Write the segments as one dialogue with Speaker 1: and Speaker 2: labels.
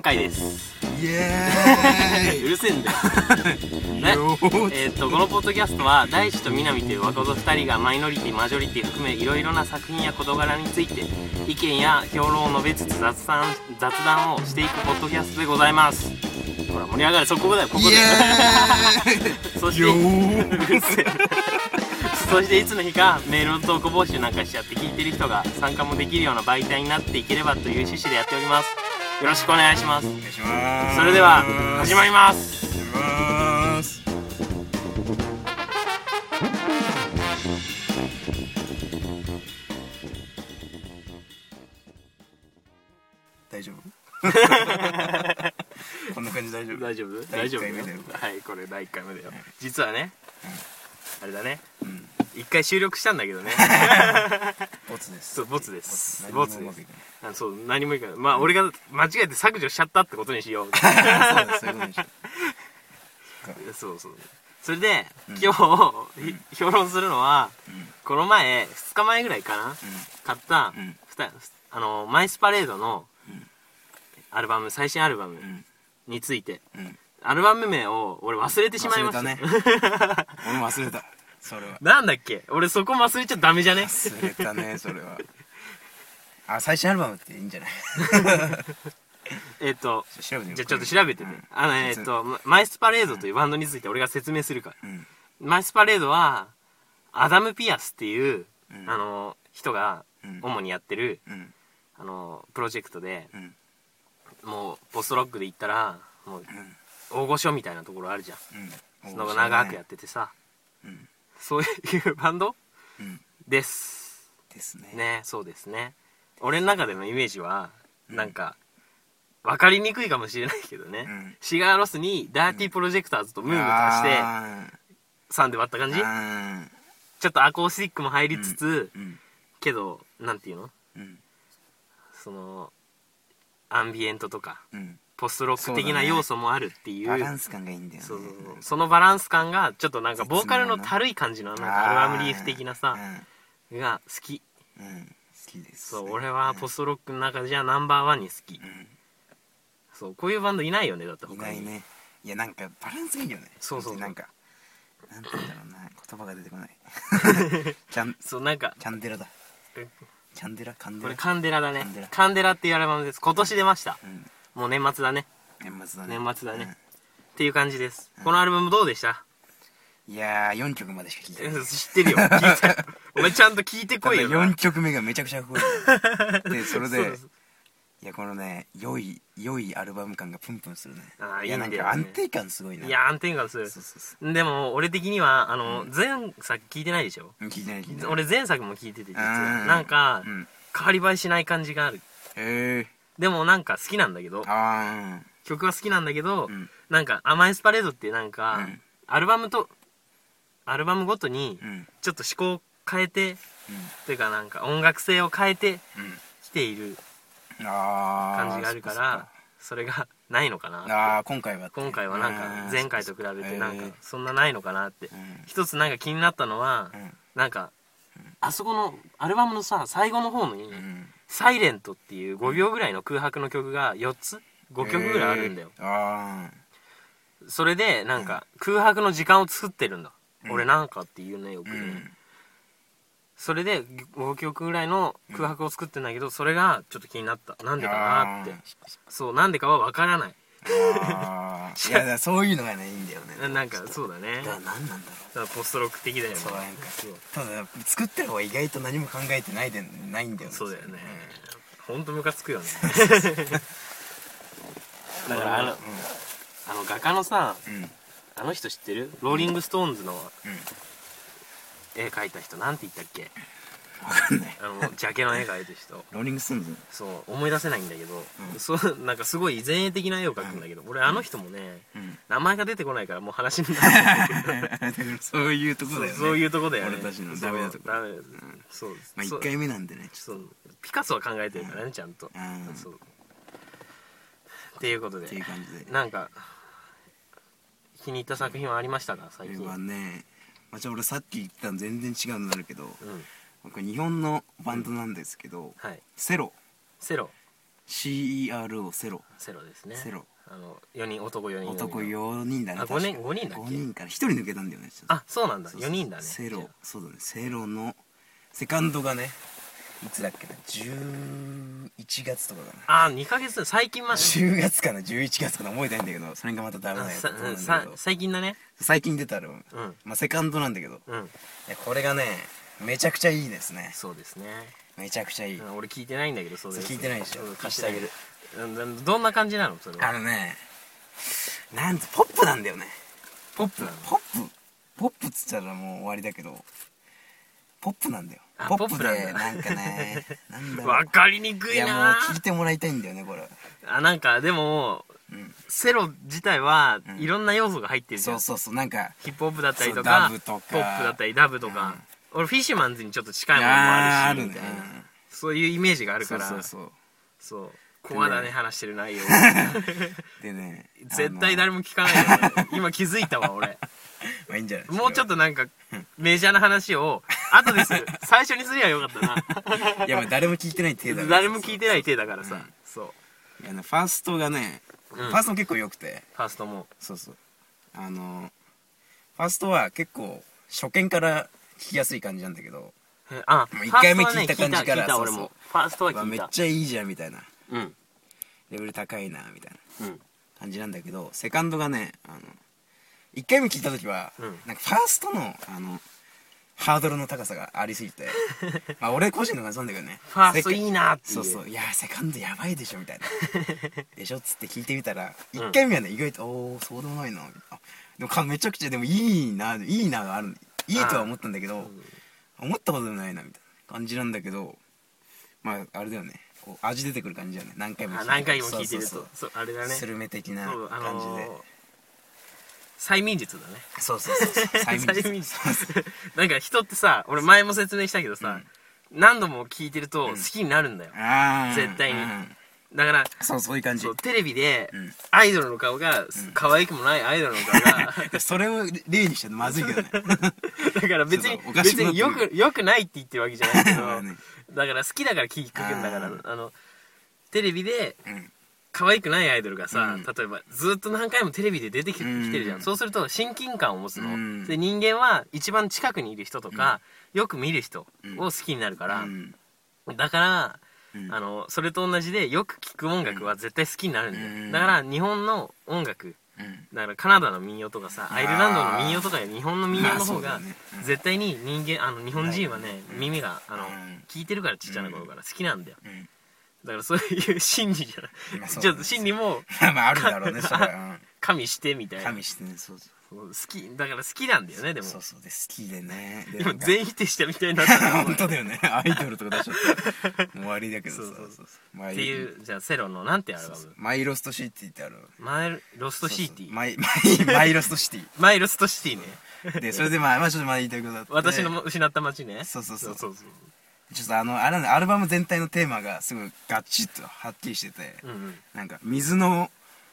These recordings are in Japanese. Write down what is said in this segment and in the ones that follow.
Speaker 1: 回です
Speaker 2: イエ ーイ
Speaker 1: うるせえんだよね
Speaker 2: よー
Speaker 1: えーっとこのポッドキャストは大志と南という若者2人がマイノリティマジョリティ含めいろいろな作品や事柄について意見や評論を述べつつ雑談雑談をしていくポッドキャストでございますほら盛り上がるそこだよここだ
Speaker 2: イ
Speaker 1: よ
Speaker 2: エー イ
Speaker 1: そして
Speaker 2: よ
Speaker 1: うる
Speaker 2: ー
Speaker 1: せえ そしていつの日かメールの投稿募集なんかしちゃって聞いてる人が参加もできるような媒体になっていければという趣旨でやっておりますよろしくお願いします
Speaker 2: お願いします
Speaker 1: それでは始まります
Speaker 2: 始まります大 丈夫こんな感じ大丈夫
Speaker 1: 大丈夫
Speaker 2: 第
Speaker 1: 大
Speaker 2: 一
Speaker 1: 丈夫
Speaker 2: 回目だよ
Speaker 1: はいこれ第1回目だよ実はねあれだね
Speaker 2: うん
Speaker 1: 一回収録したんだけど ね
Speaker 2: ボツです
Speaker 1: そうボツです
Speaker 2: ボ
Speaker 1: ボ
Speaker 2: ツ
Speaker 1: ツ
Speaker 2: 何もう
Speaker 1: で
Speaker 2: まくい
Speaker 1: す
Speaker 2: か
Speaker 1: あそう何もいいからまあ俺が間違えて削除しちゃったってことにしよう
Speaker 2: ない そう
Speaker 1: そ
Speaker 2: ですそういうことでしょ
Speaker 1: うそうそれで、
Speaker 2: うん
Speaker 1: 今日、ひ評論するのは、
Speaker 2: ん
Speaker 1: この前2日前ぐらいかな、買った、
Speaker 2: うん
Speaker 1: ふたあのマイスパレードのアルバム最新アルバム
Speaker 2: ん
Speaker 1: について、
Speaker 2: うんうん
Speaker 1: アルバム名を俺忘れてしまいました
Speaker 2: 忘れ俺も忘れたそれは
Speaker 1: なんだっけ俺そこも忘れちゃダメじゃ ね
Speaker 2: 忘れたねそれはあ最新アルバムっていいんじゃない
Speaker 1: えっと
Speaker 2: 調べてみよう
Speaker 1: じゃあちょっと調べてね、あのねえっとママイスパレードというバンドについて俺が説明するから、
Speaker 2: うん
Speaker 1: マイスパレードはアダム・ピアスっていう、
Speaker 2: うん
Speaker 1: あの人が
Speaker 2: うん
Speaker 1: 主にやってる、
Speaker 2: うん
Speaker 1: あのプロジェクトで
Speaker 2: うん
Speaker 1: もうポストロックで行ったらもう大御所みたいなところあるじゃん、
Speaker 2: うん
Speaker 1: その長くやっててさ、
Speaker 2: ん
Speaker 1: そういうバンド
Speaker 2: うん
Speaker 1: です
Speaker 2: ですね
Speaker 1: ねそうですね俺の中でのイメージはなんか、分かりにくいかもしれないけどね、
Speaker 2: うん
Speaker 1: シガーロスにダーティープロジェクターズとムーム足して3で割った感じ
Speaker 2: あ
Speaker 1: ちょっとアコースティックも入りつつ、
Speaker 2: ーうん
Speaker 1: けどなんていうの
Speaker 2: うん
Speaker 1: そのアンビエントとか
Speaker 2: うん
Speaker 1: ポストロック的な要素もあるっていう
Speaker 2: バランス感がいいんだよね
Speaker 1: そうそうそうそのバランス感がちょっとなんかボーカルのたるい感じのなんかアル
Speaker 2: あー
Speaker 1: バムリーフ的なさが好き
Speaker 2: うんうん好きです
Speaker 1: そう俺はポストロックの中じゃナンバーワンに好き
Speaker 2: ん
Speaker 1: そうこういうバンドいないよねだって
Speaker 2: い
Speaker 1: 他
Speaker 2: な
Speaker 1: に
Speaker 2: いねいやなんかバランスがいいよね
Speaker 1: そうそうそう
Speaker 2: なんかなんて言うんだろうな言葉が出てこない キャン
Speaker 1: そうなんか
Speaker 2: キャンデラだ
Speaker 1: え
Speaker 2: キャンデラカン
Speaker 1: こ
Speaker 2: デ
Speaker 1: れ
Speaker 2: ラ
Speaker 1: カンデラだね
Speaker 2: カンデラ
Speaker 1: カンデラっていうアルバムです今年出ました
Speaker 2: うん
Speaker 1: もう年末だね
Speaker 2: 年末だね
Speaker 1: 年末だねっていう感じですこのアルバムどうでした
Speaker 2: うんいやー4曲までしか聴いて
Speaker 1: え
Speaker 2: ない
Speaker 1: 知ってるよ聞いたよ お前ちゃんと聞いてこいよ
Speaker 2: ただ
Speaker 1: な
Speaker 2: 4曲目がめちゃくちゃかっこいい でそれ
Speaker 1: そう
Speaker 2: で
Speaker 1: そう
Speaker 2: いやこのね良い良いアルバム感がプンプンするね
Speaker 1: あー
Speaker 2: や
Speaker 1: いい
Speaker 2: なんん
Speaker 1: だよ
Speaker 2: か
Speaker 1: ね
Speaker 2: 安定感すごいない
Speaker 1: や安定感する
Speaker 2: そうそうそ
Speaker 1: でも俺的にはあの、前作聞いてないでしょ
Speaker 2: う聞いてない聞いてない
Speaker 1: 俺前作も聞いてて実
Speaker 2: う
Speaker 1: は
Speaker 2: ん
Speaker 1: なんか、
Speaker 2: うん
Speaker 1: 変わり映えしない感じがある
Speaker 2: へえ
Speaker 1: でもなんか好きなんだけど
Speaker 2: あ
Speaker 1: 曲は好きなんだけど、
Speaker 2: うん
Speaker 1: なんか「アマイスパレード」ってなんか、
Speaker 2: うん
Speaker 1: アルバムとアルバムごとに
Speaker 2: あうんうん
Speaker 1: ちょっと思考を変えてというかなんか音楽性を変えてきている
Speaker 2: うんああ
Speaker 1: 感じがあるからそれがないのかな
Speaker 2: ああー今回は
Speaker 1: 今回はなんか前回と比べてなん
Speaker 2: へ
Speaker 1: か
Speaker 2: ー
Speaker 1: そんなないのかなって
Speaker 2: うん
Speaker 1: 一つなんか気になったのは、
Speaker 2: うん
Speaker 1: なんか、あそこのアルバムのさ最後の方に
Speaker 2: うん
Speaker 1: 「サイレントっていう5秒ぐらいの空白の曲が4つ5曲ぐらいあるんだよ、
Speaker 2: へーあ
Speaker 1: それでなんか空白の時間を作ってるんだ、
Speaker 2: うん
Speaker 1: 俺なんかっていうねよく
Speaker 2: あう
Speaker 1: ね、
Speaker 2: ん
Speaker 1: それで5曲ぐらいの空白を作ってんだけどそれがちょっと気になったなんでかなって
Speaker 2: あー
Speaker 1: そうなんでかはわからない
Speaker 2: あーいやだからそういうのがねいいんだよね
Speaker 1: ななんかそうだね
Speaker 2: だから何なんだろう
Speaker 1: だからポストロック的だよね
Speaker 2: そうなんか
Speaker 1: そう
Speaker 2: ただ作ってる方は意外と何も考えてないでないんだよ
Speaker 1: そうだよねほんとムカつ くよねだか
Speaker 2: だからら
Speaker 1: あ
Speaker 2: あ
Speaker 1: の
Speaker 2: の
Speaker 1: あの画家のさ
Speaker 2: うんうん
Speaker 1: あの人知ってるローリング・ストーンズの絵描いた人なんて言ったっけ
Speaker 2: 分かんない
Speaker 1: あのジャケの絵描いた人
Speaker 2: ローリングストーンズ
Speaker 1: そう思い出せないんだけど、
Speaker 2: うん
Speaker 1: そうなんかすごい前衛的な絵を描くんだけど、俺あの人もね
Speaker 2: うん
Speaker 1: 名前が出てこないからもう話にならない
Speaker 2: そういうとこだよね
Speaker 1: そういうとこだよね
Speaker 2: 俺たちのダメなとこ
Speaker 1: そうダメそう
Speaker 2: まあ
Speaker 1: そ
Speaker 2: 1
Speaker 1: う
Speaker 2: 回目なんでねち
Speaker 1: そ
Speaker 2: ょっと
Speaker 1: うピカソは考えてるからねちゃんと、
Speaker 2: うん
Speaker 1: そうっていうことで
Speaker 2: っていう感じで
Speaker 1: なんか気に入った作品はありましたか最
Speaker 2: これ
Speaker 1: 近、
Speaker 2: はねまあじゃあ俺さっき言ったの全然違うのになるけど
Speaker 1: うん
Speaker 2: これ日本のバンドなんですけど
Speaker 1: はい
Speaker 2: セロ
Speaker 1: セロ
Speaker 2: CERO セロ
Speaker 1: セロですね
Speaker 2: セロ
Speaker 1: あの4人男4人
Speaker 2: 男
Speaker 1: 四人
Speaker 2: 4人だね
Speaker 1: あ五人
Speaker 2: 確か
Speaker 1: 五人だっけ
Speaker 2: 五人から1人抜けたんだよねちょっと
Speaker 1: あそうなんだ
Speaker 2: そうそう
Speaker 1: 4人だね
Speaker 2: セロそうだねセロのセカンドがねいつだっけな11月とかかな
Speaker 1: あ2ヶ月最近まで
Speaker 2: 10月かな11月かな覚えてないんだけどそれがまたダメ
Speaker 1: あ
Speaker 2: なやつ
Speaker 1: さ
Speaker 2: なんだけど
Speaker 1: さ最近だね
Speaker 2: 最近出たの、
Speaker 1: うん
Speaker 2: まあ、セカンドなんだけどい
Speaker 1: うん
Speaker 2: やこれがねめちゃくちゃいいですね
Speaker 1: そうですね
Speaker 2: めちゃくちゃいい、
Speaker 1: うん俺聞いてないんだけどそれ
Speaker 2: そう聞いてないでしょ
Speaker 1: うん
Speaker 2: 貸してあげる
Speaker 1: うんうんどんな感じなのそれ
Speaker 2: あ
Speaker 1: は
Speaker 2: のねなんとポップなんだよね
Speaker 1: ポップなの
Speaker 2: ポップポップっつったらもう終わりだけどポップなんだよ
Speaker 1: あ
Speaker 2: ポップ
Speaker 1: ポップ
Speaker 2: で
Speaker 1: なんだ
Speaker 2: なん かねなんだろう
Speaker 1: わかりにく
Speaker 2: い
Speaker 1: い
Speaker 2: やもう
Speaker 1: な
Speaker 2: 聞いてもらいたいんだよねこれ
Speaker 1: あなんかでも
Speaker 2: うん
Speaker 1: セロ自体は
Speaker 2: ん
Speaker 1: いろんな要素が入ってるじゃ
Speaker 2: そ
Speaker 1: ん、
Speaker 2: うそうそうなんか
Speaker 1: ヒップホップだったりと
Speaker 2: そうダ
Speaker 1: か
Speaker 2: ブとか
Speaker 1: ポップだったりダブとか、俺フィッシュマンズにちょっと近いものも
Speaker 2: あ
Speaker 1: あ
Speaker 2: ー
Speaker 1: る
Speaker 2: あ
Speaker 1: し
Speaker 2: る
Speaker 1: み
Speaker 2: ね
Speaker 1: たいな、そういうイメージがあるか
Speaker 2: そう
Speaker 1: ら
Speaker 2: そうそう
Speaker 1: そうコアだね話してる内 容
Speaker 2: でね
Speaker 1: 絶対
Speaker 2: あの
Speaker 1: 誰も聞かない よね今気づいたわ俺
Speaker 2: まあいいんじゃない
Speaker 1: もうちょっ
Speaker 2: と
Speaker 1: となんかメジャーな話 を後でする最初にすりゃよかったない
Speaker 2: やまあ誰も聞いてない程度
Speaker 1: 誰も聞い
Speaker 2: て
Speaker 1: てない手だからさそう
Speaker 2: いやねファーストがね、
Speaker 1: うん
Speaker 2: ファーストも結構良くて
Speaker 1: ファーストも
Speaker 2: そうそうあのファーストは結構初見から聞きやすい感じなんだけど
Speaker 1: えあ
Speaker 2: もう一回目聞いた
Speaker 1: ファーストはね
Speaker 2: 感じから
Speaker 1: 聞いた
Speaker 2: そう
Speaker 1: 俺
Speaker 2: そう
Speaker 1: もファーストは
Speaker 2: うわ
Speaker 1: 聞
Speaker 2: め
Speaker 1: い
Speaker 2: ったちゃいいじゃんみたいな
Speaker 1: うん
Speaker 2: レベル高いなみたいな
Speaker 1: うん
Speaker 2: 感じなんだけどセカンドがねあの1回目聞いた時は、
Speaker 1: うん
Speaker 2: なんかファーストのあのハードルの高さがありすぎ てまあ俺個人の感想なんだけどね
Speaker 1: ファーストいいなっていう
Speaker 2: そうそういやセカンドやばいでしょみた いなでしょっつって聞いてみたら1回目はね、意外とおおそうでもないなあでもかめちゃくちゃでもいいないいながあるいいとは思ったんだけど思ったことでもないなみたいな感じなんだけどまああれだよねこう味出てくる感じだよね何回も
Speaker 1: あ何回も聞いてると
Speaker 2: そうそうそう
Speaker 1: そうあれだね
Speaker 2: スルメ的な
Speaker 1: そうあ
Speaker 2: 感じ
Speaker 1: の
Speaker 2: で、
Speaker 1: ー催眠術だね
Speaker 2: そうそ うそうそう催眠
Speaker 1: 催眠
Speaker 2: 術
Speaker 1: 術 なんか人ってさ俺前も説明したけどさ、何度も聞いてると好きになるんだよ、
Speaker 2: ああ
Speaker 1: 絶対に
Speaker 2: うん
Speaker 1: だから
Speaker 2: そうそういう感じ
Speaker 1: そうテレビで
Speaker 2: ん
Speaker 1: アイドルの顔が、可愛くもないアイドルの顔 が
Speaker 2: それを例にしてまずいけどね
Speaker 1: だから別に
Speaker 2: そうそうおかし
Speaker 1: 別
Speaker 2: くな
Speaker 1: に
Speaker 2: ってる
Speaker 1: よくよくないって言ってるわけじゃない け
Speaker 2: ま
Speaker 1: ど、
Speaker 2: あね
Speaker 1: だから好きだから聞くんだから
Speaker 2: あ
Speaker 1: あのテレビで
Speaker 2: うん
Speaker 1: 可愛くないアイドルがさ、
Speaker 2: うん
Speaker 1: 例えばずっと何回もテレビで出てき,、
Speaker 2: うん
Speaker 1: きてるじゃんそうすると親近感を持つの、
Speaker 2: うん
Speaker 1: で人間は一番近くにいる人とか、よく見る人を好きになるから、
Speaker 2: うん
Speaker 1: だから、
Speaker 2: うん
Speaker 1: あのそれと同じでよく聞く音楽は絶対好きになるんだよ、
Speaker 2: うん
Speaker 1: だから日本の音楽
Speaker 2: うん
Speaker 1: だからカナダの民謡とかさ
Speaker 2: あー
Speaker 1: アイルランドの民謡とかより日本の民謡の方
Speaker 2: まあ
Speaker 1: が
Speaker 2: そうだねうん
Speaker 1: 絶対に人間あの日本人はね耳があの
Speaker 2: うん
Speaker 1: 聞いてるからちっちゃな頃から好きなんだよ
Speaker 2: うん
Speaker 1: だからそういう心理じゃ
Speaker 2: ま
Speaker 1: な
Speaker 2: あ
Speaker 1: い
Speaker 2: そう
Speaker 1: ち
Speaker 2: だ
Speaker 1: ょっ
Speaker 2: ね
Speaker 1: と心理も
Speaker 2: まああるだろうねそ れは
Speaker 1: 加味してみた
Speaker 2: うん
Speaker 1: いな
Speaker 2: 加味してねそうそう
Speaker 1: そう好きだから好きなんだよねでも
Speaker 2: そうそうで好き でねで
Speaker 1: 今
Speaker 2: なんか
Speaker 1: 全否定したみたいになったな
Speaker 2: 本当だよねアイドルとか出しちゃってもう終わりだけどさ
Speaker 1: そうそう
Speaker 2: そうそうマイ
Speaker 1: っていうじゃあセロのなんてアル
Speaker 2: そう
Speaker 1: バ
Speaker 2: そう
Speaker 1: ム
Speaker 2: マイロストシティってある
Speaker 1: マイルロストシテ
Speaker 2: そうそう
Speaker 1: ィ
Speaker 2: マイマイマイロストシティ
Speaker 1: マイロストシティね
Speaker 2: でそれでまあまあちょっとまあ言いたいことあって
Speaker 1: 私の失った街ね
Speaker 2: そうそうそう
Speaker 1: そうそう
Speaker 2: ちょっとあのあれなんだアルバム全体のテーマがすごいガチッとはっきりしてて、
Speaker 1: うんうん
Speaker 2: なんか水の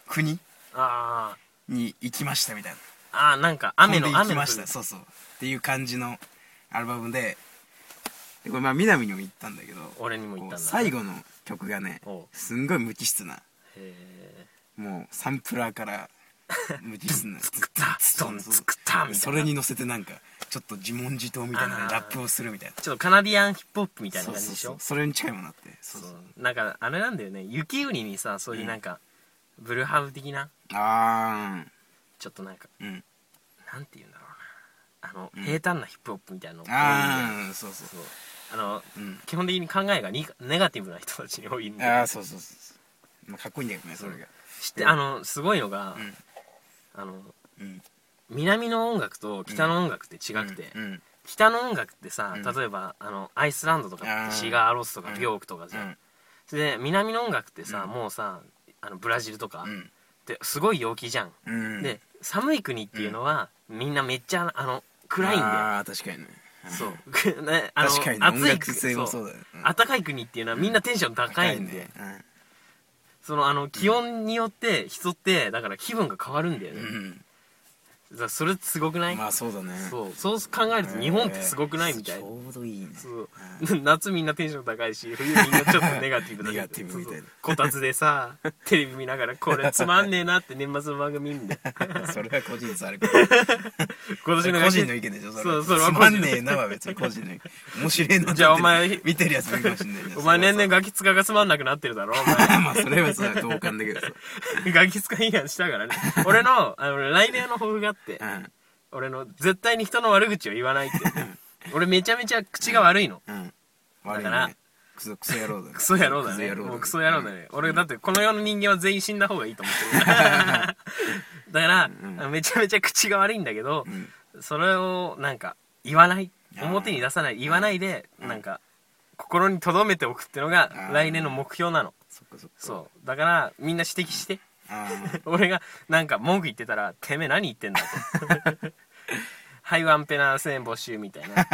Speaker 2: 国
Speaker 1: あー
Speaker 2: に行きましたみたいな
Speaker 1: あーなんか雨
Speaker 2: 飛ん
Speaker 1: の
Speaker 2: で行
Speaker 1: 雨
Speaker 2: き
Speaker 1: の
Speaker 2: ま
Speaker 1: 降
Speaker 2: し
Speaker 1: る
Speaker 2: たそうそうっていう感じのアルバムででこれまあ南にも行ったんだけど
Speaker 1: 俺にも言ったんだ
Speaker 2: こう最後の曲がね
Speaker 1: おう
Speaker 2: すんごい無機質な
Speaker 1: へ
Speaker 2: もうサンプラ ーから無機質な
Speaker 1: ー作ったストン作ったみたいな
Speaker 2: それに乗せてなんかちょっと自問自答みたいな
Speaker 1: あー
Speaker 2: ラップをするみたいな
Speaker 1: ちょっとカナディアンヒップホップみたいな
Speaker 2: そう
Speaker 1: 感じ
Speaker 2: そう
Speaker 1: でし
Speaker 2: そう
Speaker 1: ょ
Speaker 2: それに近いものあってそ
Speaker 1: そうう
Speaker 2: そう
Speaker 1: なんかあれなんだよね雪売りにさそういうなんか、ブルーハーブ的な
Speaker 2: あ
Speaker 1: ちょっとなんか
Speaker 2: ーうん
Speaker 1: なんていうんだろうなあの、平坦なヒップホップみたいなのが多いんだよね
Speaker 2: あーそうそう
Speaker 1: そうあの、
Speaker 2: うん
Speaker 1: 基本的に考えがニネガティブな人たちに多いんで
Speaker 2: ああそうそうそう、まあ、かっこいいんだけどねそれが
Speaker 1: 知ってあのすごいのが、
Speaker 2: ん
Speaker 1: あの
Speaker 2: うん
Speaker 1: 南の音楽と北の音楽って違くて、
Speaker 2: うん
Speaker 1: 北の音楽ってさ、
Speaker 2: うん
Speaker 1: 例えばあのアイスランドとか
Speaker 2: あー
Speaker 1: シガーロスとか
Speaker 2: うん
Speaker 1: ビョークとかじ
Speaker 2: う
Speaker 1: ゃん、
Speaker 2: ん
Speaker 1: それで南の音楽ってさ、
Speaker 2: うん
Speaker 1: もうさあのブラジルとか、
Speaker 2: うん
Speaker 1: ってすごい陽気じゃん、
Speaker 2: うん
Speaker 1: で寒い国っていうのは、みんなめっちゃあの暗いんだよ
Speaker 2: ああ確かにね
Speaker 1: そう ねあの
Speaker 2: 確かにね
Speaker 1: 暑
Speaker 2: 音
Speaker 1: い
Speaker 2: 楽性もそうだよねうん
Speaker 1: 暖かい国っていうのはみんなテンション高いんで、そのあの気温によって人ってだから気分が変わるんだよ
Speaker 2: う
Speaker 1: ね
Speaker 2: ん、
Speaker 1: らそれすごくない、
Speaker 2: まあそうだね
Speaker 1: そうそう考えると日本ってすごくないみたい
Speaker 2: ち
Speaker 1: な、
Speaker 2: ょうどいいね
Speaker 1: そう
Speaker 2: うん
Speaker 1: 夏みんなテンション高いし冬みんなちょっとネガティブだけど
Speaker 2: ネガティブみたい
Speaker 1: そうそ
Speaker 2: な
Speaker 1: うこたつでさテレビ見ながらこれつまんねえなって年末の番組見んだよ
Speaker 2: それは個人差あるから
Speaker 1: 今年の
Speaker 2: 個人の意見でしょ
Speaker 1: そうそ
Speaker 2: そ
Speaker 1: れ
Speaker 2: れ
Speaker 1: は
Speaker 2: はつ
Speaker 1: 個人
Speaker 2: まんねえなは別に個人の意見面白いな
Speaker 1: じゃあお前
Speaker 2: 見てるやつもいるかもしんないじゃん
Speaker 1: お前年々
Speaker 2: が
Speaker 1: ガキ使がつまんなくなってるだろお
Speaker 2: まあそれはさ同感だけどさ
Speaker 1: 前 ガキ使い違反したからね俺のあの来年の抱負があって
Speaker 2: うん
Speaker 1: 俺の絶対に人の悪口を言わないって俺めちゃめちゃ口が悪いの
Speaker 2: うん悪い
Speaker 1: だから
Speaker 2: ねクソクソ野郎だ ね
Speaker 1: クソ野郎だね
Speaker 2: クソ野郎だ
Speaker 1: もうクソ野郎だね、俺だってこの世の人間は全員死んだ方がいいと思ってる だから、
Speaker 2: うん
Speaker 1: めちゃめちゃ口が悪いんだけど
Speaker 2: う、ん
Speaker 1: それをなんか言わない
Speaker 2: あー
Speaker 1: 表に出さない言わないで、
Speaker 2: うん
Speaker 1: なんか心に留めておくってのが
Speaker 2: あー
Speaker 1: 来年の目標なの
Speaker 2: そっかそっか
Speaker 1: そうだからみんな指摘 して
Speaker 2: あー
Speaker 1: 俺がなんか文句言ってたら「てめえ何言ってんだ」と 「はいワンペナ1000円募集」みたいな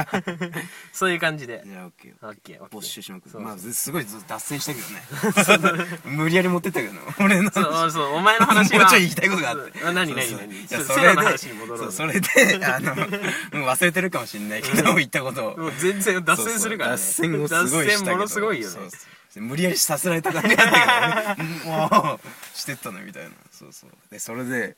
Speaker 1: そういう感じで
Speaker 2: じゃ あ OK
Speaker 1: オッケーオッケー
Speaker 2: 没収しまくる
Speaker 1: そう
Speaker 2: まあすごい脱線したけどね 無理やり持ってったけどね俺の 話
Speaker 1: そうそうお前の話は
Speaker 2: もうちょい言いたいことがあって
Speaker 1: そうあ何何
Speaker 2: そうそう
Speaker 1: 何
Speaker 2: いや
Speaker 1: そう
Speaker 2: そ
Speaker 1: セロ
Speaker 2: れ
Speaker 1: の
Speaker 2: で
Speaker 1: 話に戻ろう
Speaker 2: そうそれであのもう 忘れてるかもしれないけど言ったことを
Speaker 1: もう全然脱線するからね
Speaker 2: そうそう脱線をすごいしたけ
Speaker 1: 脱線も
Speaker 2: ど
Speaker 1: のすごいよね
Speaker 2: そうそう無理やりさせられた感じだったけどね もうしてったのみたいなそうそうでそれで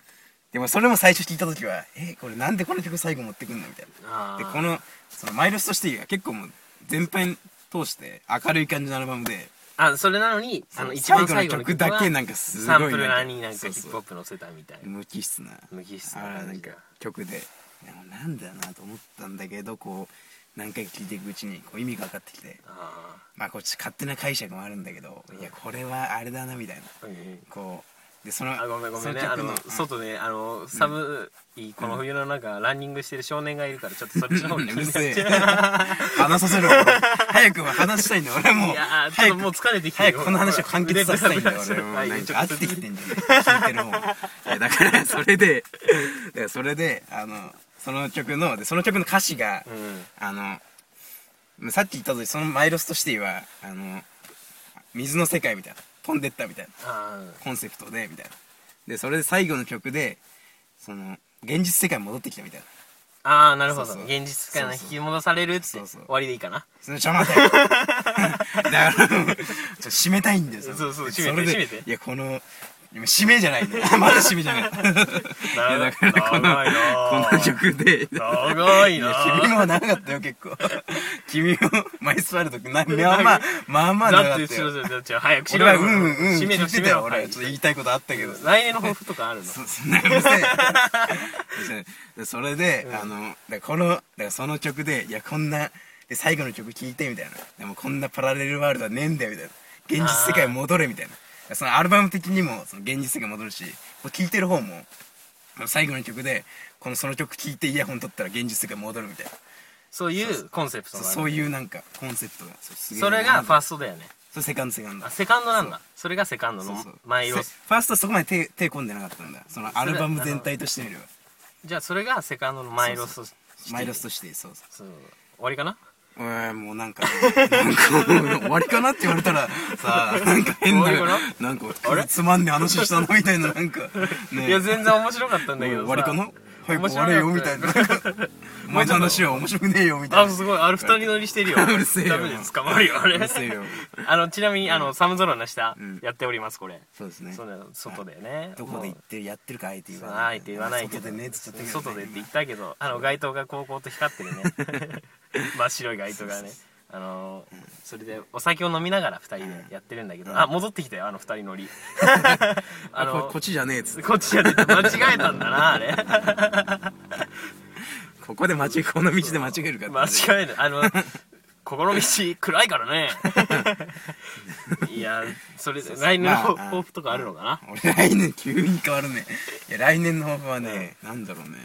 Speaker 2: でもそれも最初聞いた時は「えこれなんでこの曲最後持ってくんの?」みたい
Speaker 1: あ
Speaker 2: なで
Speaker 1: ー
Speaker 2: このそのマイルスとしては結構もう全編通して明るい感じのアルバムで
Speaker 1: あそれなのにあの
Speaker 2: そう
Speaker 1: 一番最後の
Speaker 2: 最後の曲だけなんかすごい
Speaker 1: サンプルなになんかヒ
Speaker 2: そうそ
Speaker 1: ッ
Speaker 2: う
Speaker 1: プホップ乗せたみたいな
Speaker 2: 無機質な
Speaker 1: 無機質な
Speaker 2: あーな
Speaker 1: 感
Speaker 2: ん
Speaker 1: じ
Speaker 2: か
Speaker 1: が
Speaker 2: 曲ででもなんだよなと思ったんだけどこう何回か聴いていくうちにこう意味が分かってきて
Speaker 1: あ
Speaker 2: まあこっち勝手な解釈もあるんだけどいやこれはあれだなみたいな
Speaker 1: ーうん
Speaker 2: こうでその
Speaker 1: あごめんごめんね
Speaker 2: そ
Speaker 1: あ
Speaker 2: 曲
Speaker 1: の
Speaker 2: うん
Speaker 1: 外であの寒いこの冬の中ランニングしてる少年がいるからちょっとそっちの方に
Speaker 2: うるせえ話させろ俺早く話したいんだ俺はもう
Speaker 1: いやーちょっ
Speaker 2: 早
Speaker 1: と
Speaker 2: く
Speaker 1: もう疲れてきて
Speaker 2: 早くこの話を完結させたいんだよ
Speaker 1: 腕
Speaker 2: 俺
Speaker 1: ぶ
Speaker 2: も
Speaker 1: らぶらしてる
Speaker 2: なんか
Speaker 1: は
Speaker 2: 合
Speaker 1: い
Speaker 2: ってきてんじゃん聞い てるもんいやだからそれでだからそれであのその曲のでその曲の歌詞が、
Speaker 1: うん
Speaker 2: あのさっき言った通りそのマイロスとしてはあの水の世界みたいな飛んでったみたいな
Speaker 1: あ
Speaker 2: コンセプトでみたいなでそれで最後の曲でその現実世界に戻ってきたみたいな
Speaker 1: ーあーなるほど
Speaker 2: そうそう
Speaker 1: 現実から
Speaker 2: そうそ
Speaker 1: 引
Speaker 2: う
Speaker 1: き戻されるって終
Speaker 2: そうそう
Speaker 1: わりでいいかな
Speaker 2: そのちょ待て だからちょっと締めたいんですよ
Speaker 1: そうそう締めて
Speaker 2: れで
Speaker 1: 締めて
Speaker 2: いやこの今締めじゃないねまだ締めじゃないいやだからこ
Speaker 1: 長いな
Speaker 2: のこの曲で
Speaker 1: 長い
Speaker 2: いや
Speaker 1: な
Speaker 2: 君も長かったよ結構君もマイスワールドなまあまあまあまあ長
Speaker 1: だっ
Speaker 2: か
Speaker 1: て
Speaker 2: った
Speaker 1: しろ
Speaker 2: よ
Speaker 1: だってしろ早くしろ
Speaker 2: 俺はうんうんうん
Speaker 1: 締めろ
Speaker 2: 聞い
Speaker 1: 締
Speaker 2: てた
Speaker 1: め
Speaker 2: よ
Speaker 1: ろ
Speaker 2: 俺
Speaker 1: はい
Speaker 2: ちょっと言いたいことあったけど
Speaker 1: 来年の抱負とかあるの
Speaker 2: そそん なうるせえうるせえでそれで、あのだからこのだからその曲でいやこんなで最後の曲聴いてみたいなでもこんなパラレルワールドはねえんだよみたいな現実世界戻れみたいなそのアルバム的にもその現実世界戻るしこう聴いてる方も最後の曲でこのその曲聴いてイヤホン取ったら現実世界戻るみたいな
Speaker 1: そういうコンセプト
Speaker 2: そう
Speaker 1: がある
Speaker 2: そういうなんかコンセプトがそうすげえ
Speaker 1: それがファーストだよね
Speaker 2: それセカンドセカンド
Speaker 1: あセカンドなんだそれがセカンドのマイロ
Speaker 2: せ
Speaker 1: ス
Speaker 2: ファーストはそこまで手手込んでなかったんだそのアルバム全体としてみれば
Speaker 1: じゃあそれがセカンドのマイロスと
Speaker 2: マイロスとしてそうそう
Speaker 1: そう終わりかな
Speaker 2: えー、もうなんか、なんかもう終わりかなって言われたらさ、なんか変な
Speaker 1: 終わりか、
Speaker 2: なんか
Speaker 1: あれ
Speaker 2: つまんねえ話したのみたいな、なんか、ね
Speaker 1: いや全然面白かったんだけど
Speaker 2: もう
Speaker 1: さ
Speaker 2: 終わりかな早
Speaker 1: 面
Speaker 2: く終
Speaker 1: 白か
Speaker 2: わ
Speaker 1: った
Speaker 2: れよ、みたいな。
Speaker 1: もう
Speaker 2: 前
Speaker 1: ち
Speaker 2: の
Speaker 1: ょっと
Speaker 2: 話は面白くねえよ、みたい
Speaker 1: あ
Speaker 2: な。
Speaker 1: すごいあれ二人乗りしてるよ
Speaker 2: うるせえよ
Speaker 1: ダメで捕まるよあれ
Speaker 2: うるせえよ
Speaker 1: あのちなみにあの寒空の下
Speaker 2: ん
Speaker 1: やっておりますこれ
Speaker 2: そうですね
Speaker 1: そ。うだよ外だよね
Speaker 2: どこで行ってる、やってるか、あえて言わ
Speaker 1: あえて言わないけど
Speaker 2: 外でね、つっちゃったけどね
Speaker 1: 外でって言ったけどあの街灯がこうこうと光ってるね 真っ白い街灯がねあのーそれでお酒を飲みながら2人でやってるんだけど、あ戻ってきたよあの2人乗り あ
Speaker 2: あ
Speaker 1: の
Speaker 2: ここっちじゃねえっつって
Speaker 1: こっちじゃねえ間違えたんだなあれ
Speaker 2: ここで間違え、この道で間違えるかって
Speaker 1: 間違えるあ のここの道暗いからねいやそれ来年の
Speaker 2: まあ
Speaker 1: 抱負とかあるのかな、
Speaker 2: 俺来年急に変わるねいや来年の抱負はね、なんだろうね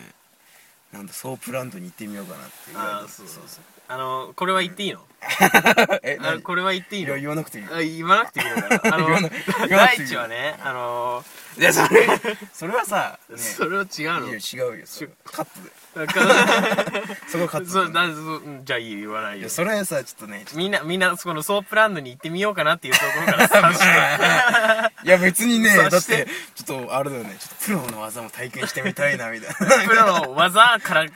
Speaker 2: なんだソープランドに行ってみようかなっていうぐらい
Speaker 1: あーそうそうそうあのこれは言っていいの、
Speaker 2: え
Speaker 1: あ
Speaker 2: 何
Speaker 1: のこれは言っていい
Speaker 2: い
Speaker 1: の
Speaker 2: や言わなくていいよ
Speaker 1: あ言わなくていいの かなあの
Speaker 2: 言わな言わなく
Speaker 1: 第
Speaker 2: ていい
Speaker 1: 一はねあの
Speaker 2: いやそれそれはさ、ね、
Speaker 1: それは違うの
Speaker 2: いや違うよそれカットで
Speaker 1: だ から
Speaker 2: そこはカット
Speaker 1: そう
Speaker 2: だ
Speaker 1: だそううんじゃあいいよ言わない
Speaker 2: い
Speaker 1: よ
Speaker 2: やそれはさちょっとねちょっ
Speaker 1: みんなみんなそこのソープランドに行ってみようかなっていうところから
Speaker 2: といや別にね
Speaker 1: そして
Speaker 2: だってちょっとあれだよねちょっとプロの技も体験してみたいなみたいな い
Speaker 1: プロの技から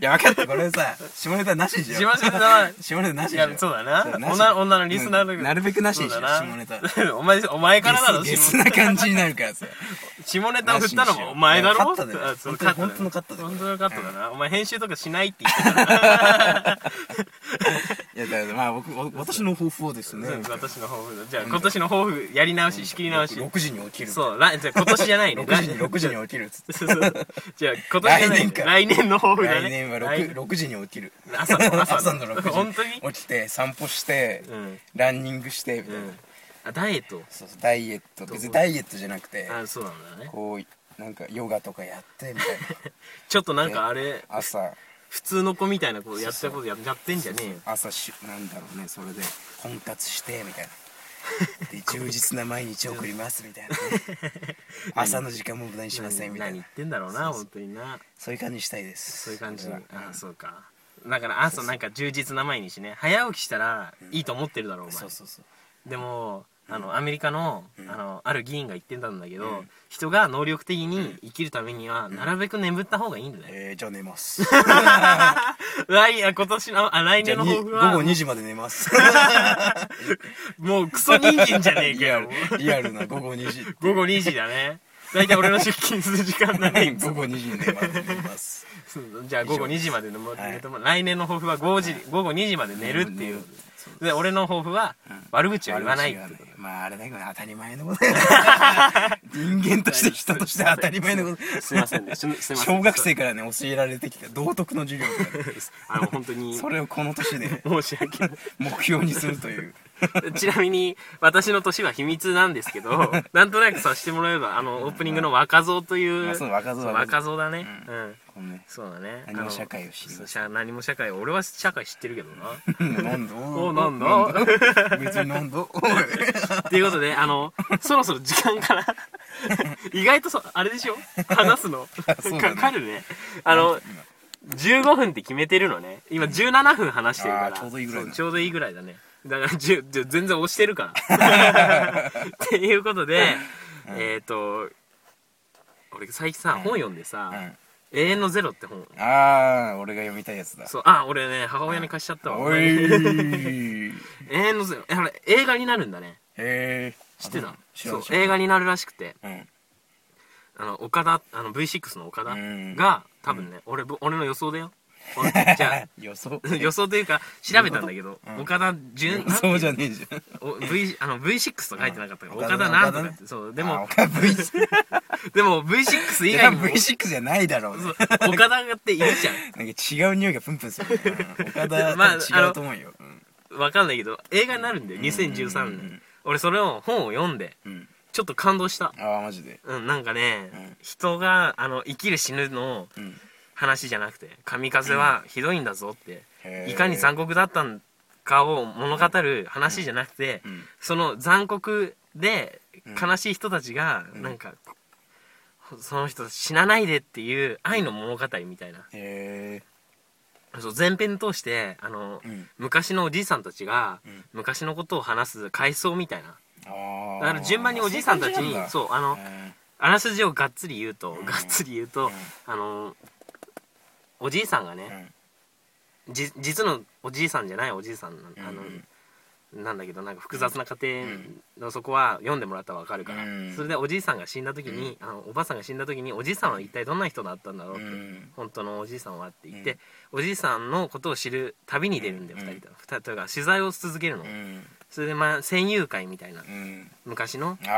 Speaker 2: や分かったこれさ下ネタなしにしよう
Speaker 1: 自慢しな
Speaker 2: 下ネタなし
Speaker 1: い
Speaker 2: にしよ
Speaker 1: やそうだな
Speaker 2: そうなし
Speaker 1: 女女のリスナーの、
Speaker 2: うんなるべくなしにし
Speaker 1: そ
Speaker 2: よう
Speaker 1: うだな
Speaker 2: 下
Speaker 1: お前お前からだろ
Speaker 2: ゲス
Speaker 1: 下
Speaker 2: な
Speaker 1: ネタ
Speaker 2: 感じになるからさ
Speaker 1: 下ネタを振ったのもお前だろ
Speaker 2: なしにしよう
Speaker 1: あそう
Speaker 2: 勝ったね本当の勝ったね
Speaker 1: 本当のカットだな、お前編集とかしないって言ってた
Speaker 2: いやだからまあ僕わ私の抱負はですね
Speaker 1: 全部私の抱負だじゃあ今年の抱負やり直し仕切り直し
Speaker 2: 6時に起きる
Speaker 1: そうらじゃあ今年じゃないね
Speaker 2: 6時に6時に起きるっつって
Speaker 1: そうそうじゃあ今年じゃない
Speaker 2: 来年か
Speaker 1: 来年の抱負だね
Speaker 2: 来年は 6, 6時に起きる
Speaker 1: 朝 の朝の
Speaker 2: 朝の6時
Speaker 1: 本当に
Speaker 2: 起きて散歩して、
Speaker 1: うん
Speaker 2: ランニングしてみたいな、
Speaker 1: うんあダイエット
Speaker 2: そうそうダイエット別にダイエットじゃなくて
Speaker 1: あそうなんだね
Speaker 2: こうなんかヨガとかやってみたい
Speaker 1: ちょっとなんかあれ
Speaker 2: な朝
Speaker 1: 普通の子みたいなことやってたことややってんじゃねえよ
Speaker 2: 朝しなんだろうねそれで婚活してみたい なで充実な毎日を送りますみたいな、ね、朝の時間も無駄にしませんみた
Speaker 1: 何
Speaker 2: い
Speaker 1: 言
Speaker 2: な
Speaker 1: ってんだろうな本当にな
Speaker 2: そういう感じにしたいです
Speaker 1: そういう感じ
Speaker 2: だ
Speaker 1: あ
Speaker 2: からうん
Speaker 1: そうかだから朝なんか充実な毎日ね早起きしたらいいと思ってるだろうお
Speaker 2: そ
Speaker 1: 前
Speaker 2: うそうそう
Speaker 1: でもあのアメリカの
Speaker 2: ん
Speaker 1: あのある議員が言ってたんだけど、
Speaker 2: うん
Speaker 1: 人が能力的に生きるためにはなるべく眠った方がいいんだよ、
Speaker 2: えー、じゃあ寝ます
Speaker 1: 来あ今年のあ来
Speaker 2: じゃ
Speaker 1: 年
Speaker 2: あ
Speaker 1: の抱
Speaker 2: に午
Speaker 1: 負
Speaker 2: 後
Speaker 1: は
Speaker 2: 2時まで寝ます
Speaker 1: もうクソ人間じゃねえか
Speaker 2: リア
Speaker 1: よ
Speaker 2: ルリアルな午後2時
Speaker 1: 午後2時だね大体俺の出勤する時間だね
Speaker 2: 午後2時に寝ます寝ます
Speaker 1: そう じゃあ午後2時までの、
Speaker 2: はい
Speaker 1: 寝ても来年の抱負は5時、午後2時まで寝るっていう、
Speaker 2: そう
Speaker 1: で俺の抱負は悪口は言わないってこと
Speaker 2: まああれだけど当たり前のことだ よ人間として人として当たり前のこと
Speaker 1: すいませんねすいません
Speaker 2: 小学生からね教えられてきた道徳の授業だから
Speaker 1: あの本当に
Speaker 2: それをこの年で
Speaker 1: 申し訳ない
Speaker 2: 目標にするという
Speaker 1: ちなみに私の年は秘密なんですけど なんとなくさせてもらえばあのオープニングの若造という、
Speaker 2: まあそう若造
Speaker 1: そう若造だねうん、
Speaker 2: このね
Speaker 1: そうだね
Speaker 2: 何も
Speaker 1: あの
Speaker 2: 社会を知りません
Speaker 1: そう社何も社会を俺は社会知ってるけどな
Speaker 2: なんだ
Speaker 1: おなんだ
Speaker 2: だ別 になんだおい
Speaker 1: ということであのそろそろ時間から 意外とそあれでしょ話すの
Speaker 2: そうだ
Speaker 1: か
Speaker 2: ね
Speaker 1: かるねあの15分って決めてるのね今17分話してるから
Speaker 2: あーちょうどいいぐらいだ
Speaker 1: そうちょうどいいぐらいだねだからじゅじゅ全然押してるから っていうことで、えっ、と俺最近さ、本読んでさ「
Speaker 2: うん
Speaker 1: 永遠のゼロ」って本
Speaker 2: ああ俺が読みたいやつだ
Speaker 1: そうあ俺ね母親に貸しちゃったわ、
Speaker 2: お
Speaker 1: 永
Speaker 2: い
Speaker 1: 遠のゼロえあれ映画になるんだね
Speaker 2: へえ
Speaker 1: 知ってた
Speaker 2: 知ら
Speaker 1: そ
Speaker 2: な
Speaker 1: う
Speaker 2: い
Speaker 1: 映画になるらしくて
Speaker 2: うん
Speaker 1: あの岡田あの V6 の岡田
Speaker 2: うん
Speaker 1: が多分ね、俺ぶ俺の予想だ よ俺じゃあ
Speaker 2: 予想
Speaker 1: 予想というか調べたんだけど、岡田純
Speaker 2: そうじゃねえじゃん
Speaker 1: お V あの V6 と書いてなかったから、
Speaker 2: うん
Speaker 1: 岡田なんとか
Speaker 2: 岡
Speaker 1: っ
Speaker 2: 田ね
Speaker 1: てそうで
Speaker 2: あ
Speaker 1: も
Speaker 2: 岡 V
Speaker 1: でも V6 以
Speaker 2: いや
Speaker 1: 外にも
Speaker 2: V6 じゃないだろうね
Speaker 1: そう岡田っているじゃ
Speaker 2: なんか違う匂いがプンプンするねうん岡田
Speaker 1: まあ
Speaker 2: と違うと思うようん
Speaker 1: んわかんないけど映画になるんだよ2013年、俺それを本を読んで
Speaker 2: うん
Speaker 1: ちょっと感動した
Speaker 2: ああマジで
Speaker 1: うんなんかね、
Speaker 2: ん
Speaker 1: 人があの生きる死ぬの
Speaker 2: うん
Speaker 1: 話じゃなくて神風はひどいんだぞって、
Speaker 2: へー
Speaker 1: いかに残酷だったんかを物語る話じゃなくて、
Speaker 2: うん
Speaker 1: その残酷で悲しい人たちがなんか、その人死なないでっていう愛の物語みたいな
Speaker 2: へ
Speaker 1: そう前編通してあの、
Speaker 2: えうん
Speaker 1: 昔のおじいさんたちが、
Speaker 2: ん
Speaker 1: 昔のことを話す回想みたいな
Speaker 2: あ
Speaker 1: だから順番におじいさんたちにそううあの、
Speaker 2: へ
Speaker 1: あらすじをがっつり言うと、
Speaker 2: ん
Speaker 1: がっつり言うと、
Speaker 2: うん
Speaker 1: あのおじいさんがね、
Speaker 2: え
Speaker 1: じ実のおじいさんじゃないおじいさんなん
Speaker 2: うん
Speaker 1: あの、なんだけどなんか複雑な家庭のそこは読んでもらったらわかるから、
Speaker 2: うん
Speaker 1: それでおじいさんが死んだ時に、あのおばあさんが死んだ時におじいさんは一体どんな人だったんだろう
Speaker 2: う
Speaker 1: って、
Speaker 2: ん
Speaker 1: 本当のおじいさんはって言って、おじいさんのことを知る旅に出るんだよ、
Speaker 2: うん
Speaker 1: 2人と2人とが取材を続けるの、
Speaker 2: うん
Speaker 1: それでまあ戦友会みたいな
Speaker 2: うん
Speaker 1: 昔のあ
Speaker 2: あ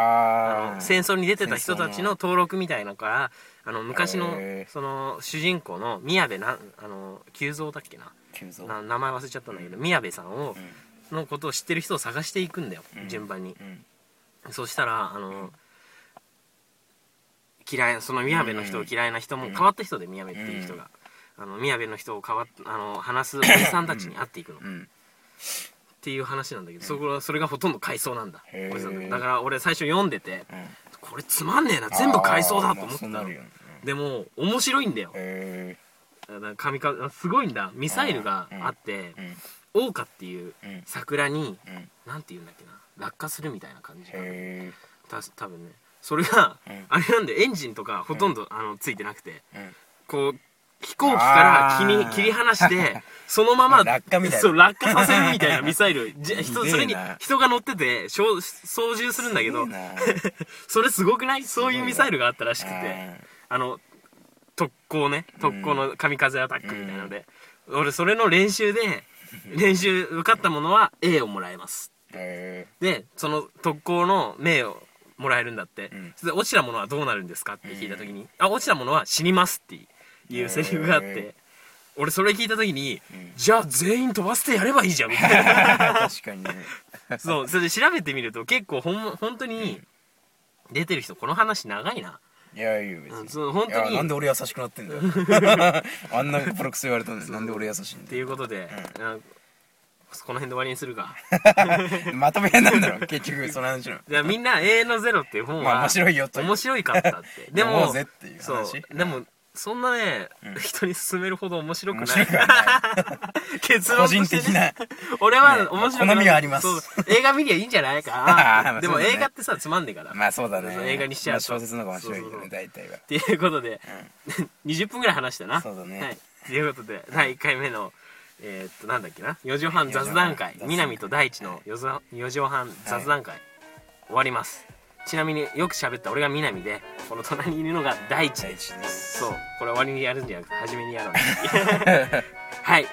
Speaker 1: の
Speaker 2: あ
Speaker 1: 戦争に出てた人たちの登録みたいなのからあの昔の
Speaker 2: へー
Speaker 1: その主人公の宮部なあの久蔵だっけな
Speaker 2: 急増
Speaker 1: な名前忘れちゃったんだけど宮部さんを
Speaker 2: うん
Speaker 1: のことを知ってる人を探していくんだよ、
Speaker 2: うん
Speaker 1: 順番に
Speaker 2: うん
Speaker 1: そしたらあの、嫌いその宮部の人を嫌いな人も変わった人で宮部っていう人が、あの宮部の人を変わっあの話すおじさんたちに会っていくのっ
Speaker 2: うん
Speaker 1: ていう話なんだけどそこはそれがほとんど回想なんだ
Speaker 2: へー
Speaker 1: おじさんのだから俺最初読んでて
Speaker 2: うん
Speaker 1: これつまんねえな全部回想だと思ってた
Speaker 2: あーまあそうな
Speaker 1: の
Speaker 2: るよねうん
Speaker 1: でも面白いんだよ
Speaker 2: へ
Speaker 1: だから神風すごいんだミサイルがあって
Speaker 2: えうん
Speaker 1: 桜花っていう
Speaker 2: うん
Speaker 1: 桜に
Speaker 2: うん
Speaker 1: なんて言うんだっけな落下するみたいな感じ
Speaker 2: へえ
Speaker 1: た多分ねそれが、
Speaker 2: うん
Speaker 1: あれなんでエンジンとかほとんど、あのついてなくて
Speaker 2: うん
Speaker 1: こう飛行機から切り
Speaker 2: あー
Speaker 1: 切り離して そのまま
Speaker 2: 落下みたいな
Speaker 1: そう落下させるみたいなミサイルじ ゃ
Speaker 2: すげえ
Speaker 1: 人
Speaker 2: な
Speaker 1: それに人が乗っててしょう操縦するんだけど
Speaker 2: すげえな
Speaker 1: それすごくないそういうミサイルがあったらしく
Speaker 2: あ
Speaker 1: て
Speaker 2: ー
Speaker 1: あの特攻ね特攻の神風アタックみたいなので、俺それの練習 で練習受かったものは A をもらえます
Speaker 2: え
Speaker 1: でその特攻の名をもらえるんだって、
Speaker 2: うん
Speaker 1: それで落ちたものはどうなるんですかって聞いた時に、あ落ちたものは死にますっていうセリフがあって、
Speaker 2: へ
Speaker 1: 俺それ聞いた時に、じゃあ全員飛ばせてやればいいじゃんみたいな
Speaker 2: ー確かにね
Speaker 1: そうそれで調べてみると結構ほん本当に出てる人この話長いな、
Speaker 2: いやいや別
Speaker 1: うん、
Speaker 2: に
Speaker 1: そう本
Speaker 2: い
Speaker 1: 当
Speaker 2: や
Speaker 1: に
Speaker 2: なんで俺優しくなっ てんだよあんなプロクソ言われたのになんで俺優しいん
Speaker 1: っ
Speaker 2: だ
Speaker 1: ていうことで、あこの辺で終わりにするか
Speaker 2: よまとめなんだろ 結局その話の
Speaker 1: じゃあみん な「永遠のゼロ」っていう本
Speaker 2: まあ
Speaker 1: は
Speaker 2: 面白いよという
Speaker 1: 面白いかったってで
Speaker 2: 飲も
Speaker 1: も
Speaker 2: うぜっていう
Speaker 1: そう
Speaker 2: 話
Speaker 1: でもそんなね、人に勧めるほど面白く
Speaker 2: 面
Speaker 1: な
Speaker 2: 白
Speaker 1: い
Speaker 2: いからな
Speaker 1: 結
Speaker 2: 個
Speaker 1: 論と
Speaker 2: 人
Speaker 1: して、ね、
Speaker 2: 的な
Speaker 1: 俺
Speaker 2: ね
Speaker 1: は面白くない
Speaker 2: 好みがあります
Speaker 1: そう映画見りゃいいんじゃないか
Speaker 2: まあ
Speaker 1: なでも
Speaker 2: そうだね
Speaker 1: 映画ってさつまんねえから、
Speaker 2: まあそうだね
Speaker 1: そう映画にしちゃう
Speaker 2: ま
Speaker 1: と
Speaker 2: あ小説の方が面白いけ
Speaker 1: そう
Speaker 2: ど
Speaker 1: そ
Speaker 2: ね
Speaker 1: う
Speaker 2: 大体は
Speaker 1: っていうことで、20分ぐら い話したな
Speaker 2: そうだね
Speaker 1: はい、ということで第1回目のえーっとなんだっけな4畳半雑談会
Speaker 2: 四
Speaker 1: 南
Speaker 2: 畳半雑談会
Speaker 1: と大地の 4, 畳半雑談会、終わりますちなみによく喋った俺が南でこの隣にいるのが大地
Speaker 2: 大事です
Speaker 1: そうこれ終わりにやるんじゃなくて初めにやろう はい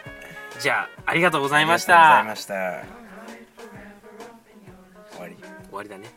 Speaker 1: じゃあありがとうございまし
Speaker 2: あり
Speaker 1: た
Speaker 2: がとうございました終わり
Speaker 1: 終わりだね